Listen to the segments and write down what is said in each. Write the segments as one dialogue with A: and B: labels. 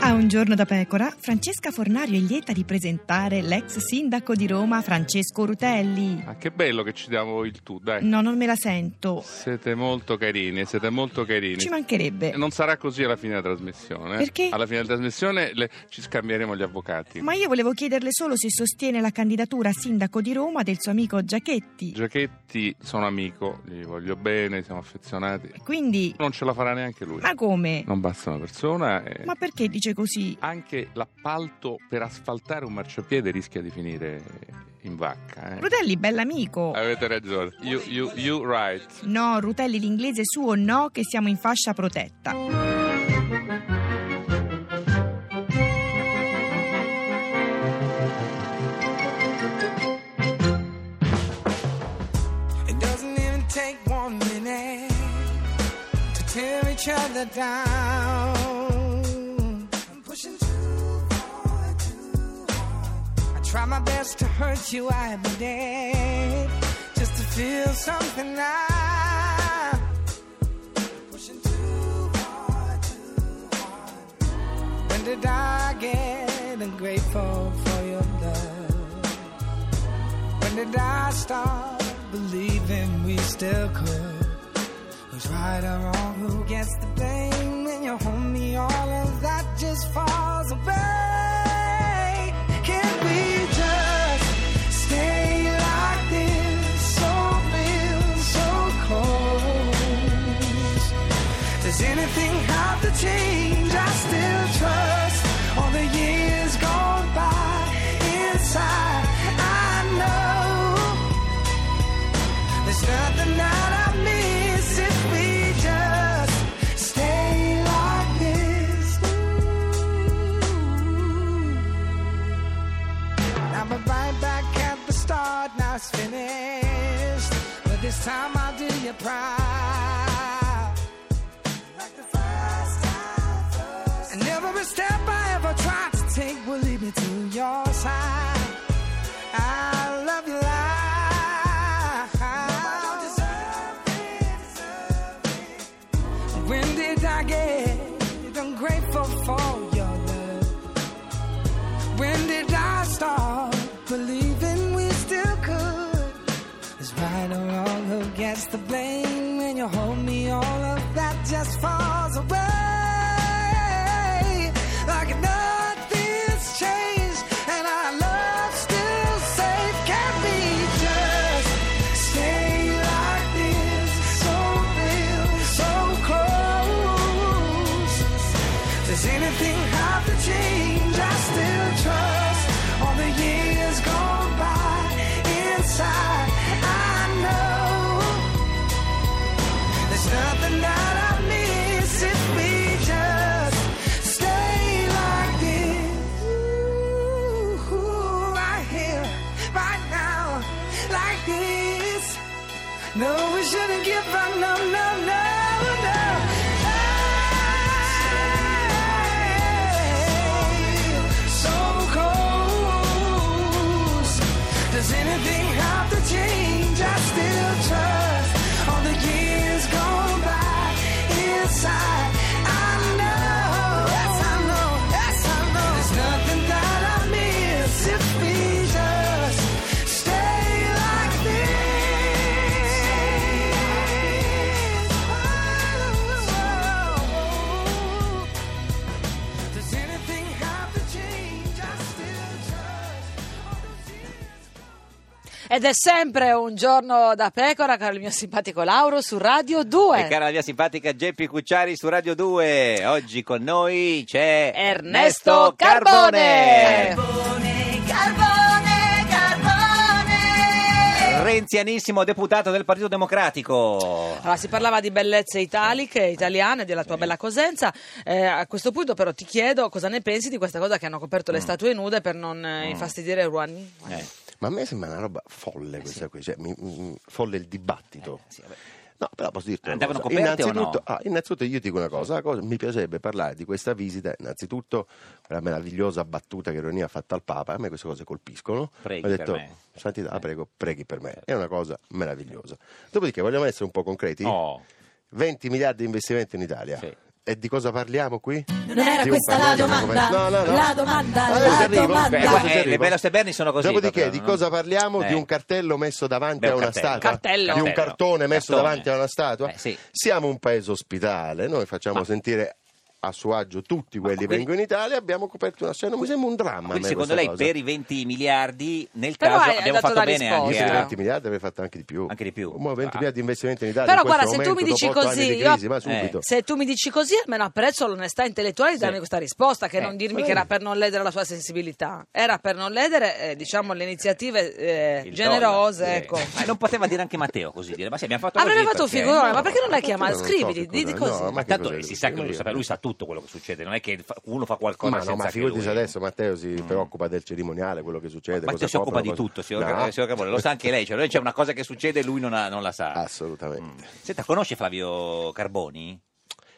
A: A un giorno da pecora, Francesca Fornario è lieta di presentare l'ex sindaco di Roma Francesco Rutelli.
B: Ah, che bello che ci diamo il tu, dai.
A: No, non me la sento.
B: Siete molto carini, siete molto carini.
A: Ci mancherebbe.
B: Non sarà così alla fine della trasmissione. eh?
A: Perché?
B: Alla fine della trasmissione le- ci scambieremo gli avvocati.
A: Ma io volevo chiederle solo se sostiene la candidatura a sindaco di Roma del suo amico Giachetti.
B: Giachetti sono amico, gli voglio bene, siamo affezionati.
A: Quindi,
B: Non ce la farà neanche lui.
A: ma come?
B: Non basta una persona. e
A: Ma perché dice così?
B: Anche l'appalto per asfaltare un marciapiede rischia di finire in vacca. eh.
A: Rutelli, bell'amico.
B: Avete ragione. You, you, you right.
A: No, Rutelli, l'inglese è suo no, che siamo in fascia protetta.
C: It doesn't even take one minute to tear each other down. I'm pushing too far, too hard. I try my best to hurt you, I admit, just to feel something now. Pushing too far, too hard. When did I get ungrateful for your love? When did I start believing we still could? Who's right or wrong? Who gets the blame? When you hold me, all of that just falls away. Can we just stay like this? So real, so close. Does anything have to change? I still trust all the years gone by. Inside, I know. There's nothing that I miss if we just stay like this. Ooh. Now we're right back at the start, now it's finished. But this time I'll do you proud. Like the first time, first And every step I ever tried to take will lead me to your side. I love your life. When did I get ungrateful for your love? When did I start believing we still could? It's right or wrong who gets the blame when you hold me. All of that just falls away like nothing's changed, and our love still safe. Can we just stay like this, so real, so close? Does anything have to change? I still trust all the years gone by. Inside, I know there's nothing that I miss if we just stay like this. Ooh, right here, right now, like this. No, we shouldn't give up. No, no, no, no. Hey, so close. Does anything have to change? I still trust all the years gone by. Inside, I know. Yes, I know. Yes, I know. There's nothing that I miss if we just stay like this. Oh. Does anything have to change? I still trust all those years.
D: Ed è sempre un giorno da pecora, caro il mio simpatico Lauro, su Radio 2.
E: E cara la mia simpatica Geppi Cucciari su Radio 2. Oggi con noi c'è
D: Ernesto Carbone.
E: Renzianissimo deputato del Partito Democratico.
D: Allora, si parlava di bellezze italiche, italiane, della tua bella Cosenza. Eh, a questo punto, però, ti chiedo cosa ne pensi di questa cosa che hanno coperto
E: Mm.
D: le statue nude per non eh, infastidire Ruani.
E: Eh,
F: Ma a me sembra una roba folle questa qui, cioè, mi- mi- folle il dibattito.
E: Eh, sì, vabbè.
F: No, però posso dirti una
E: Andavano
F: cosa.
E: coperte o no?
F: innanzitutto, ah, innanzitutto io dico una cosa, la cosa- mi piacerebbe parlare di questa visita, innanzitutto quella meravigliosa battuta che Ronia ha fatto al Papa, a me queste cose colpiscono.
E: Preghi
F: Ho detto,
E: per me.
F: Santità,
E: Eh.
F: prego, preghi per me. È una cosa meravigliosa. Dopodiché vogliamo essere un po' concreti.
E: Oh,
F: 20 miliardi di investimenti in Italia.
E: Sì.
F: E di cosa parliamo qui?
G: Non era
F: Di un
G: questa la
F: parlato,
G: domanda.
F: come- No, Ah, no, no.
G: La domanda,
F: Adesso
G: la
F: arrivo.
G: domanda.
E: Beh,
F: Quando
E: guarda,
F: si
E: eh,
F: arriva?
E: le Bella Sterni sono così.
F: Dopodiché,
E: proprio,
F: di
E: no?
F: cosa parliamo?
E: Eh.
F: Di un cartello messo davanti
E: Beh,
F: a
E: un
F: una
E: cartello.
F: statua?
D: Cartello.
F: Di un
E: Cartello.
F: cartone messo
E: Cartone.
F: davanti a una statua?
E: Eh, sì.
F: Siamo un paese ospitale, noi facciamo sentire a suo agio tutti quelli che
E: quindi-
F: vengono in Italia, abbiamo coperto una scena, mi sembra un dramma. a
E: Quindi
F: me
E: secondo
F: questa
E: lei
F: cosa.
E: per i 20 miliardi nel
D: Però
E: caso
D: hai- hai
E: abbiamo
D: dato
E: fatto
D: la
E: bene
D: risposta.
E: anche
F: Io
E: a...
F: per 20 miliardi avrei fatto anche di più.
E: Anche di più.
F: Ma
E: Ah.
F: 20
E: Eh.
F: miliardi di investimenti in Italia.
D: Però
F: in
D: guarda,
F: questo
D: se tu mi
F: momento,
D: dici
F: dopo otto
D: così,
F: anni di
D: io-
F: crisi, ma subito.
D: Se tu mi dici così, almeno apprezzo l'onestà intellettuale di darmi questa risposta, che
E: Eh,
D: non dirmi
F: bene.
D: che era per non ledere la sua sensibilità. Era per non ledere, eh, diciamo, le iniziative eh,
E: il
D: generose,
E: dollaro,
D: ecco.
E: direi. Ma non poteva dire anche Matteo così dire, ma sì, abbiamo fatto
D: Avrebbe
E: così
D: fatto un
E: perché-
D: figurone,
E: No,
D: ma perché non la
F: ma
D: chiama?
F: io non so che
D: Scriviti,
F: cosa-
D: di
F: no,
D: così.
F: ma
E: Ma
F: che
E: tanto
F: cos'è?
E: si sa che lui, lo sa, lui sa tutto quello che succede, non è che fa- uno fa qualcosa
F: Ma no,
E: senza
F: ma
E: che lui... Mm.
F: figurati se adesso Matteo si preoccupa del cerimoniale, quello che succede.
E: Matteo
F: cosa
E: si occupa
F: coprono,
E: di
F: cosa-
E: tutto, signor,
F: No,
E: signor Capone, lo sa anche lei, cioè, noi c'è una cosa che succede e lui non, ha- non la sa. Mm.
F: Assolutamente.
E: Senta, conosce Flavio Carboni?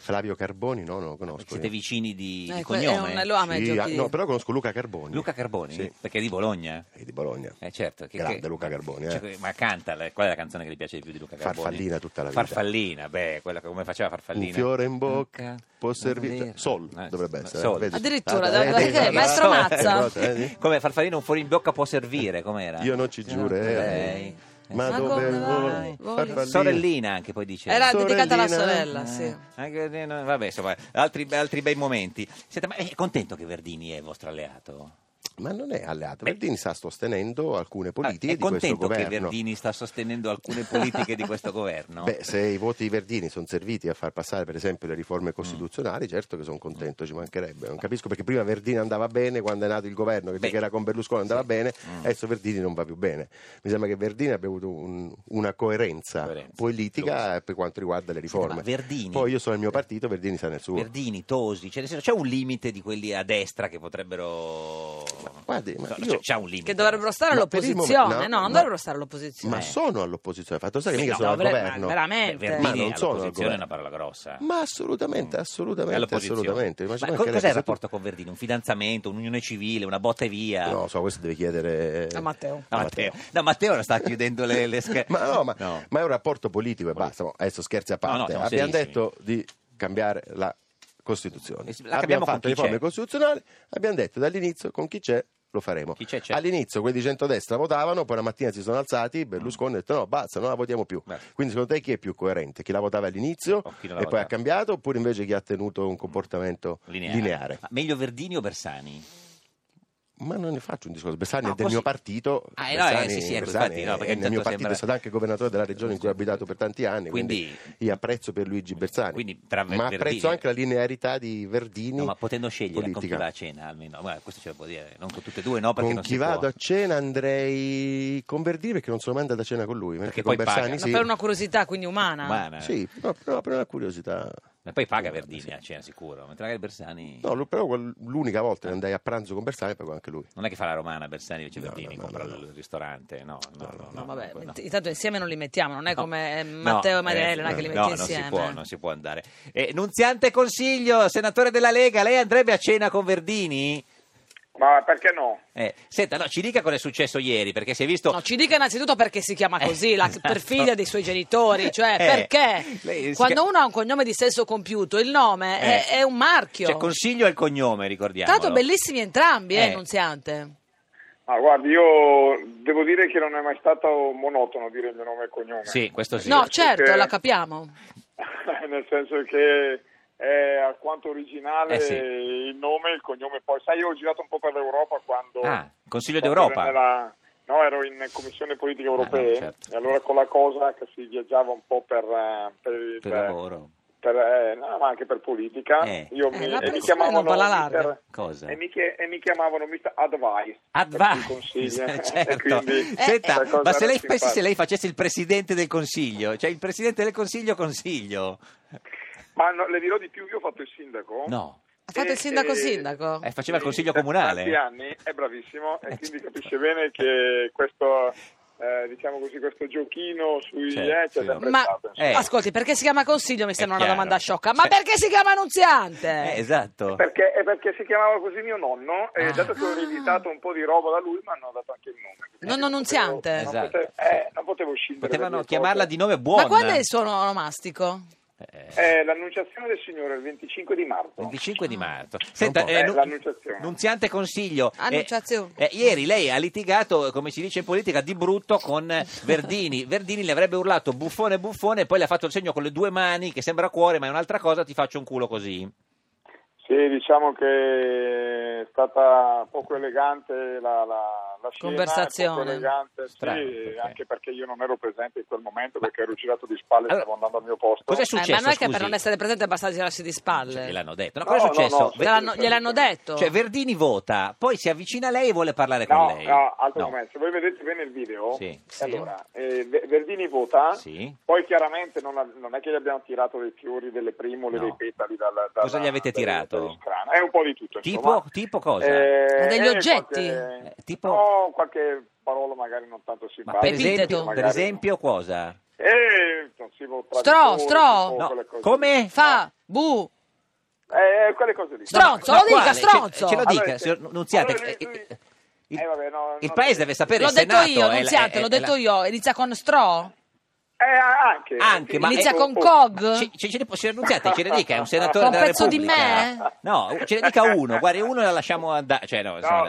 F: Flavio Carboni, no, non lo conosco.
E: Siete
F: io.
E: vicini di, di
D: Eh, que- è
E: cognome?
D: un- lo ama i
F: Sì, ah,
D: giochi.
F: no, però conosco Luca Carboni.
E: Luca Carboni?
F: Sì.
E: Perché è di Bologna?
F: È di Bologna.
E: Eh certo, che-
F: Grande
E: che-
F: Luca Carboni, eh.
E: Cioè, ma canta, la- qual è la canzone che le piace di più di Luca Carboni?
F: Farfallina tutta la vita.
E: Farfallina, beh, quella che- come faceva Farfallina.
F: Un fiore in bocca può
E: non
F: servire-
E: dire.
F: Sol,
E: Eh,
F: dovrebbe
E: ma-
F: essere,
E: Sol.
F: vedi?
D: Addirittura,
F: Ah,
D: da-
F: vedi,
D: perché?
F: vedi?
D: Maestro
F: Sol,
D: Mazza?
F: eh, vedi?
E: Come Farfallina un fuori in bocca può servire, com'era?
F: Io non ci giurerei.
E: giurerei.
F: Ma,
D: Ma come
F: dove vuoi?
D: vai?
F: Farfallina.
E: Sorellina anche poi dice.
D: Era
F: Sorellina.
D: dedicata alla
E: Eh,
D: sorella, sì.
E: anche- eh, no, vabbè, insomma, altri, altri bei momenti. Senta, ma è contento che Verdini è il vostro alleato?
F: Ma non è alleato. Verdini sta sostenendo alcune
E: Ah,
F: politiche
E: è
F: di questo
E: contento che
F: governo.
E: Verdini sta sostenendo alcune politiche di questo governo?
F: Beh, se i voti di Verdini sono serviti a far passare, per esempio, le
E: Mm.
F: riforme costituzionali, certo che sono contento, ci mancherebbe. Non capisco perché prima Verdini andava bene quando è nato il governo, che
E: Beh. Mm.
F: che era con Berlusconi andava bene, adesso Verdini non va più bene. Mi sembra che Verdini abbia avuto un- una coerenza,
E: Coerenza,
F: politica per quanto riguarda le riforme.
E: ma Verdini-
F: Poi io sono il mio partito, Verdini sta nel suo.
E: Verdini, Tosi, cioè, nel senso, c'è un limite di quelli a destra che potrebbero.
F: guardi, ma
E: No, cioè,
F: io-
E: c'è- c'è un limite.
D: Che dovrebbero stare
F: Ma per il momento-
D: all'opposizione.
F: no,
D: No, non
F: ma-
D: dovrebbero stare all'opposizione.
F: Ma sono all'opposizione, fatto sta che
E: cioè, eh. Sì,
F: mica
E: no,
F: sono al
D: dovre- ma
F: governo.
E: Beh,
D: veramente.
F: Ma
E: Verdini
F: non sono al
E: all'opposizione è
F: governo.
E: una parola grossa.
F: Ma assolutamente, assolutamente,
E: All'opposizione.
F: assolutamente.
E: Ma
F: ci
E: co-
F: mancherebbe,
E: cos'è il
F: se tu-
E: rapporto con Verdini? Un fidanzamento, un'unione civile, una botta e via?
F: No, so, questo deve chiedere
D: A Matteo.
E: No, Matteo. No, Matteo ora sta chiudendo le, le scher-
F: ma, no, ma,
E: No.
F: ma è un rapporto politico e basta. Mo, Adesso scherzi a parte.
E: No, no, siamo
F: abbiamo
E: serissimi.
F: detto di cambiare la Costituzione.
E: Eh sì, la cambiamo
F: abbiamo
E: con chi
F: fatto le riforme
E: c'è.
F: costituzionali, abbiamo detto dall'inizio con chi c'è lo faremo.
E: Chi c'è, c'è.
F: All'inizio quelli di centrodestra votavano, poi la mattina si sono alzati, Berlusconi ha detto no, basta, non la votiamo più.
E: Basta.
F: Quindi secondo te chi è più coerente? Chi la votava all'inizio
E: O chi
F: e
E: non la
F: poi
E: votava.
F: ha cambiato oppure invece chi ha tenuto un comportamento lineare?
E: Ma meglio Verdini o Bersani?
F: Ma non ne faccio un discorso. Bersani
E: No,
F: è del
E: così-
F: mio partito.
E: Ah, eh, no, eh,
F: Bersani,
E: sì, sì, ecco,
F: Bersani
E: infatti, no, perché
F: è del
E: tanto
F: mio partito,
E: sembra-
F: è stato anche governatore della regione in cui ho abitato per tanti anni. Quindi,
E: Quindi- eh,
F: io apprezzo per Luigi Bersani.
E: Quindi tra Ver-
F: ma apprezzo
E: Verdini-
F: anche la linearità di Verdini.
E: No, ma potendo scegliere con
F: politica.
E: chi va a cena almeno. Guarda, questo ce lo può dire, non con tutte e due, no? Perché
F: Con
E: non
F: chi
E: si può.
F: vado a cena andrei con Verdini perché non sono mai andato a cena con lui. Perché,
E: Perché
F: con
E: poi
F: Bersani
E: paga.
D: Ma
F: sì. Eh.
D: per una curiosità, quindi umana.
E: Umana.
F: Sì, no, però per una curiosità.
E: Ma poi paga Verdini a cena sicuro, mentre magari Bersani
F: No, lu- però quel- l'unica volta che andai a pranzo con Bersani pagò anche lui.
E: non è che fa la romana Bersani invece Verdini
F: no,
E: compra
F: no,
E: il ristorante, no, no, no, no,
D: No, vabbè,
E: no.
D: intanto insieme non li mettiamo, non è
E: No.
D: come eh,
E: No,
D: Matteo e
E: eh,
D: Mariella, non è che li
E: no,
D: metti
E: non
D: insieme.
E: Si può, non si può andare. Eh, Nunziante Consiglio, senatore della Lega, lei andrebbe a cena con Verdini?
H: Ma perché no?
E: Eh, senta, no, ci dica cosa è successo ieri, perché si è visto...
D: No, cioè, ci dica innanzitutto perché si chiama
E: Eh,
D: così, la
E: esatto.
D: perfidia dei suoi genitori, cioè
E: Eh, lei si
D: perché quando
E: chiama-
D: uno ha un cognome di sesso compiuto, il nome è,
E: Eh.
D: è un marchio.
E: Cioè, consiglio è il cognome, ricordiamo.
D: Tanto bellissimi entrambi, eh,
E: Eh.
D: Nunziante.
H: Ah, guardi, io devo dire che non è mai stato monotono dire il mio nome e cognome.
E: Sì, questo sì.
D: No, certo,
H: perché-
D: la capiamo.
H: Nel senso che è alquanto originale
E: Eh sì.
H: il nome e il cognome. Poi, sai, io ho girato un po' per l'Europa quando...
E: Ah, Consiglio
H: quando
E: d'Europa.
H: ero nella- No, ero in Commissione Politiche Europee
E: Ah, certo.
H: e allora con la cosa che si viaggiava un po' per... eh, per-
E: Per
H: per-
E: lavoro.
H: per, eh, no, ma anche per politica.
E: Eh.
H: Io
D: Eh, ma
H: mi, e mi
D: pensa bene,
H: chiamavano
D: un po' alla larga.
H: Mister-
E: Cosa?
H: E mi, chie- e mi chiamavano Mr. Advice.
E: Esatto. Advice,
H: Consiglia.
E: certo. Senta, ma se lei, pensi se lei facesse il presidente del consiglio, cioè il presidente del consiglio consiglio,
H: Ma no, le dirò di più, io ho fatto il sindaco.
E: no,
D: Ha fatto
H: Eh,
D: il sindaco
H: eh,
D: sindaco?
E: Eh, faceva il consiglio
H: per
E: comunale.
H: tanti anni, è bravissimo
E: Eh,
H: e quindi
E: certo.
H: capisce bene che questo, eh, diciamo così, questo giochino sui...
E: Certo,
H: eh, c'è
E: sì.
H: sempre
D: Ma
H: stato, insomma.
E: Eh.
D: ascolti, perché si chiama consiglio? Mi sembra una
E: chiaro.
D: domanda sciocca. Ma
E: Cioè-
D: perché si chiama Nunziante?
E: Eh, esatto.
H: Perché, è perché si chiamava così mio nonno e
E: Ah.
H: dato che ho ereditato un po' di roba da lui mi hanno dato anche il nome. Quindi
D: Nonno Nunziante.
H: potevo- eh, Non
E: Esatto.
H: potevo, eh, non potevo scindere. le
E: Potevano
H: due
E: chiamarla
H: cose.
E: di nome buona.
D: Ma qual è il suo onomastico?
E: Eh,
H: È l'annunciazione del Signore il 25 di marzo.
E: 25 di marzo. Senta,
F: po'.
E: eh,
H: Eh,
E: nu-
H: l'annunciazione.
E: Nunziante Consiglio. eh,
D: Annunciazione.
E: eh, ieri lei ha litigato, come si dice in politica, di brutto con eh, Verdini. Verdini le avrebbe urlato buffone, buffone, e poi le ha fatto il segno con le due mani, che sembra cuore, ma è un'altra cosa, ti faccio un culo così.
H: Sì, diciamo che è stata poco elegante la, la, la scena,
D: Conversazione.
H: poco elegante,
E: Strano,
H: sì,
E: perché-
H: anche perché io non ero presente in quel momento perché ero girato di spalle e
E: Allora,
H: stavo andando al mio posto.
E: Cos'è
D: Eh,
E: successo?
D: ma non è che per
E: scusi?
D: non essere presente basta girarsi di
E: Cioè,
D: spalle.
E: gliel'hanno detto. No,
H: No,
E: cosa è
H: no,
E: successo?
H: no,
E: Ver-
D: Gliel'hanno, gliel'hanno detto.
E: cioè, Verdini vota, poi si avvicina a lei e vuole parlare
H: No,
E: con lei.
H: no, altro
E: No.
H: momento. Se voi vedete bene il video,
E: Sì.
D: Sì.
H: allora, eh, Ve- Verdini vota,
E: Sì.
H: poi chiaramente non, ha- non è che gli abbiamo tirato dei fiori, delle primole,
E: No.
H: dei petali dalla, dalla-
E: Cosa gli avete
H: dalle-
E: tirato?
H: dalle scrane. È un po' di tutto,
E: Tipo,
H: insomma.
E: tipo cosa?
H: Eh,
D: Degli
H: eh,
D: oggetti?
H: qualche-
E: Eh, tipo-
H: no, qualche parola magari non tanto
E: Ma
H: simpatica.
E: per
D: Epiteto.
E: esempio, per
H: magari.
E: esempio cosa?
H: Eh, non si può
D: Stro,
H: traditore,
D: stro.
H: tipo
E: No,
H: quelle cose
E: come?
H: lì.
D: Eh, Fa, bu,
H: Eh, quelle cose lì.
D: Stronzo,
E: No,
D: lo dica,
E: quale?
D: stronzo.
E: Ce, ce lo
H: Allora,
E: dica,
H: sì.
E: signor Nunziante.
H: Allora,
E: eh,
H: lui-
E: eh, il,
H: Eh, vabbè, no,
E: il
H: no,
E: paese
H: sì.
E: deve sapere
D: l'ho
E: il
D: detto
E: Senato.
D: io,
E: è la-
D: Nunziante,
E: è-
D: l'ho
E: è la-
D: detto io. Inizia con stro?
H: Eh, anche.
E: Anche,
H: Sì,
E: ma-
D: Inizia
E: eh,
D: con
H: oh,
D: cog?
E: Ci- ci- ce ne può- signor Nunziante, ce ne dica, è un senatore
D: Ma un
E: della
D: pezzo di
E: Repubblica.
D: me?
E: No, ce ne dica uno, guardi, uno la lasciamo andare. Cioè, no,
H: No,
E: insomma,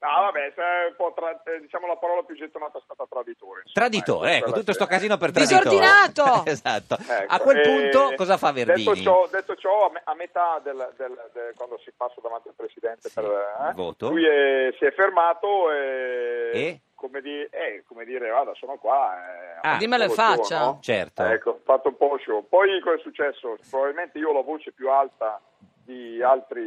H: no, vabbè, se è un po' tra- eh, diciamo la parola più gettonata è stata traditore. insomma, eh,
E: Traditore, ecco,
H: quella
E: tutto
H: che-
E: sto casino per traditore.
D: Disordinato!
E: esatto.
H: Ecco,
E: A quel
H: eh,
E: punto cosa fa Verdini?
H: Detto ciò, detto ciò, a, me- a metà del, del- del- quando si passa davanti al Presidente
E: Sì,
H: per eh,
E: il voto.
H: lui è- si è fermato e...
E: E?
H: Come, di- eh, come dire, vada, sono qua. eh,
E: Ah,
H: ho
D: dimmelo in
H: fatto un po'
D: faccia.
H: show, no?
E: Certo.
H: Ecco, ho fatto un po' show. Poi cosa è successo? Probabilmente io ho la voce più alta di altri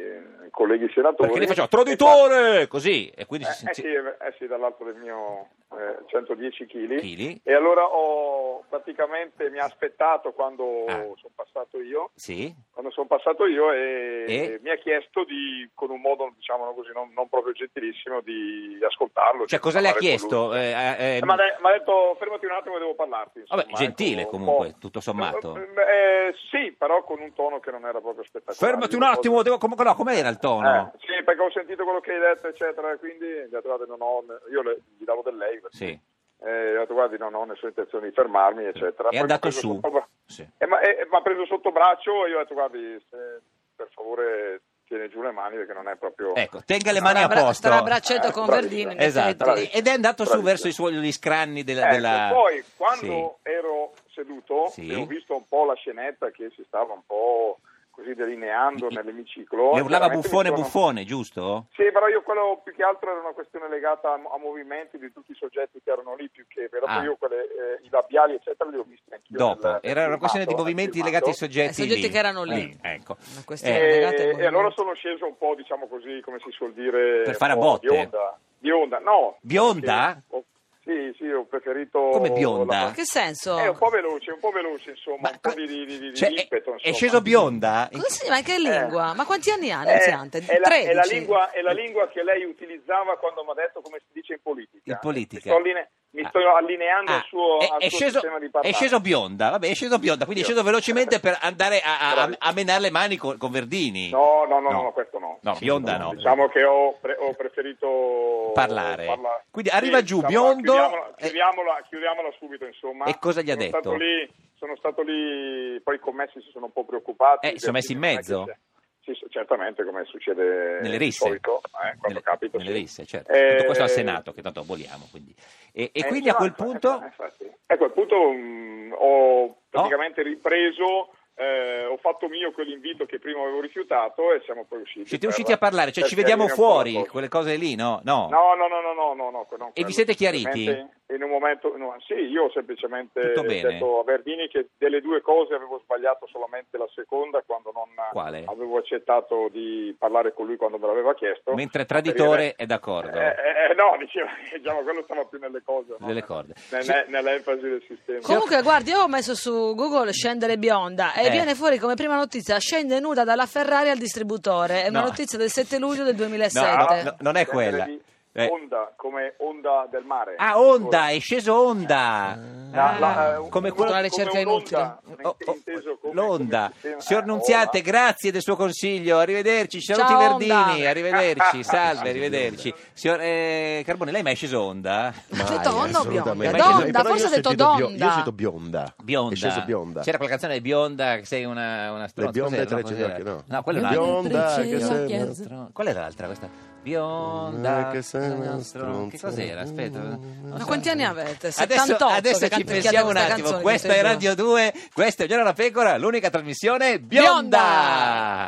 H: eh, colleghi senatori.
E: Perché lei faceva traditore, così, e quindi
H: Eh,
E: si
H: eh sì,
E: sentì...
H: eh sì, dall'alto del mio eh, 110 kg.
E: Chili.
H: E allora ho praticamente mi ha aspettato quando
E: Ah.
H: sono passato io.
E: Sì?
H: Quando sono passato io e,
E: E?
H: mi ha chiesto di, con un modo diciamo così, non, non proprio gentilissimo, di ascoltarlo.
E: Cioè,
H: di
E: cosa le ha
H: parlare con
E: chiesto?
H: lui.
E: Eh, eh,
H: Eh, ma de- mi ha detto fermati un attimo, devo parlarti. insomma,
E: Vabbè, gentile
H: ecco, un
E: comunque,
H: po'.
E: tutto sommato.
H: Eh, eh, sì, però con un tono che non era proprio spettacolare.
E: Fermati un
H: Io-
E: attimo, devo... Come, no, com'era il tono?
H: eh, sì, perché ho sentito quello che hai detto, eccetera, e quindi gli ho trovato, non ho, io le- gli davo del lei, perché,
E: Sì.
H: eh, gli ho detto guardi non ho nessuna intenzione di fermarmi,
E: È
H: eccetera. Poi mi ha
E: andato
H: preso
E: su.
H: sotto bra-
E: Sì.
H: eh, ma, eh, mi ha preso sotto braccio e io ho detto guardi se- per favore tieni giù le mani perché non è proprio...
E: Ecco, tenga le mani a
D: Stra-
E: posto.
D: strabraccetto con
H: Eh, bravi,
D: Verdini. in
E: Esatto.
D: effetti.
H: Bravissimo.
E: Ed è andato su
H: Bravissimo.
E: verso i suoi gli scranni della...
H: Ecco,
E: della-
H: Poi
E: Sì.
H: quando ero seduto
E: Sì.
H: e ho visto un po' la scenetta che si stava un po' così delineando
E: I-
H: nell'emiciclo...
E: Le urlava
H: veramente mi
E: buffone,
H: sono-
E: buffone, giusto?
H: Sì, però io quello più che altro era una questione legata a, a movimenti di tutti i soggetti che erano lì, più che però
E: Ah.
H: io quelle, eh, i labiali eccetera li ho visti anch'io.
E: Dopo.
H: nel- nel
E: Era una
H: filmato,
E: questione di
H: nel
E: movimenti
H: filmato.
E: legati ai soggetti
D: Ai soggetti
E: lì.
D: che erano lì.
E: Eh, ecco.
D: Una
H: E,
D: questione legata ai
H: e allora
D: movimenti.
H: eh, sono sceso un po', diciamo così, come si suol dire...
E: Per fare a
H: un po'
E: botte.
H: Bionda. Bionda, no.
E: Bionda?
H: Sì, ho- Sì, sì, ho preferito...
E: Come bionda?
H: la-
D: Che senso?
H: Eh, un po' veloce, un po' veloce, insomma,
E: Ma-
H: un po' di, di, di, di
E: cioè, è-
H: impeto,
E: è
H: insomma.
E: sceso bionda?
D: Cosa si Ma che lingua? Ma quanti anni ha,
H: Eh,
D: Nunziante?
H: è, la, è la
D: 13.
H: lingua, è la lingua che lei utilizzava quando mi ha detto come si dice in politica.
E: In politica.
H: Mi sto, alline- mi
E: Ah.
H: sto allineando
E: Ah,
H: al suo,
E: è,
H: al
E: è
H: suo
E: sceso,
H: sistema di
E: è
H: parlare.
E: sceso bionda, vabbè, è sceso bionda, quindi è sceso velocemente per andare a, a- a- a menare le mani con, con Verdini.
H: No, no, no, no, questo no.
E: No, bionda no.
H: Diciamo che ho, pre- ho preferito
E: Parlare.
H: parla- diciamo,
E: Quindi arriva giù, biondo,
H: Chiudiamola,
E: eh.
H: chiudiamola- chiudiamola subito, insomma.
E: E cosa gli ha
H: Sono
E: detto?
H: stato lì- sono stato lì, poi i commessi si sono un po' preoccupati.
E: Eh, si sono messi in mezzo?
H: Non è che c'è- Sì, certamente, come succede
E: Nelle
H: di
E: risse.
H: solito, eh, quando
E: nelle,
H: capita.
E: nelle
H: sì.
E: risse, certo.
H: Eh,
E: Tutto questo al Senato, che tanto aboliamo. Quindi. E, e
H: eh,
E: quindi a
H: no,
E: quel
H: infatti,
E: punto...
H: infatti. a quel punto mh, ho praticamente ripreso, eh, ho fatto mio quell'invito che prima avevo rifiutato e siamo poi usciti.
E: Siete
H: per-
E: usciti a parlare, cioè
H: per
E: ci vediamo
H: chiarire eh, un po' la
E: fuori,
H: cosa.
E: quelle cose lì, no? No.
H: No, no, no, no, no, no, no, que- non
E: E vi
H: quello.
E: siete chiariti?
H: Semplicemente In un momento, in un- sì, io ho semplicemente
E: Tutto bene.
H: detto a Verdini che delle due cose avevo sbagliato solamente la seconda quando non
E: Quale?
H: avevo accettato di parlare con lui quando me l'aveva chiesto.
E: Mentre
H: Per dire-
E: traditore è d'accordo.
H: Eh, eh, eh, no, diceva, diciamo, quello stava più nelle cose. no?
E: Nelle corde.
H: Ne-
E: Sì.
H: ne- nell'enfasi del sistema.
D: Comunque, guardi, io ho messo su Google scendere bionda e
E: Eh.
D: viene fuori come prima notizia: scende nuda dalla Ferrari al distributore. È una
E: No.
D: notizia del 7 luglio del
E: No,
D: 2007.
E: no, no, non è
H: Sempre
E: quella.
H: di
E: Eh.
H: Onda, come onda del mare.
E: Ah, onda, è sceso onda.
H: La-
E: Ah,
H: la- eh,
E: come
H: un-
E: quello...
D: Una ricerca
H: come un'onda,
E: inutile. Oh, oh,
H: inteso come-
E: l'onda.
H: come sistema-
E: Signor
H: eh,
E: Nunziante,
H: ora.
E: grazie del suo consiglio. Arrivederci. Ci Saluti
D: Ciao,
E: Verdini,
D: onda.
E: arrivederci. Salve,
H: Sì,
E: arrivederci. Signor eh, Carbone, lei mai è sceso onda?
F: Mai,
D: detto "Oh, onda o
F: assolutamente.
E: bionda? Donda,
F: Però io
D: forse
F: ho
D: ha detto
F: sentito bio-
D: donda.
F: Io ho sentito bionda.
E: Bionda.
F: È sceso bionda.
E: C'era quella canzone Bionda, che sei una, una
F: Le
E: stronza.
F: bionde
E: cos'era?
F: tre
E: No, cos'era?
F: ginocchia, no.
E: No, quella è
F: Le
E: un'altra.
F: bionda
G: Tre
F: che
G: ginocchia.
F: sembra...
E: Stron- Qual era l'altra questa? Bionda.
F: Eh, che sei una
E: stron-
F: stronza.
E: Che cos'era? Aspetta. non
D: Ma
E: so.
D: quanti anni avete?
E: Adesso,
D: 78
E: adesso
D: che
E: ci
D: cantate
E: pensiamo un
D: questa
E: attimo.
D: canzone,
E: Questa è
D: che
E: Radio 2, questa è Giorno la Pecora, l'unica trasmissione bionda.
D: Bionda!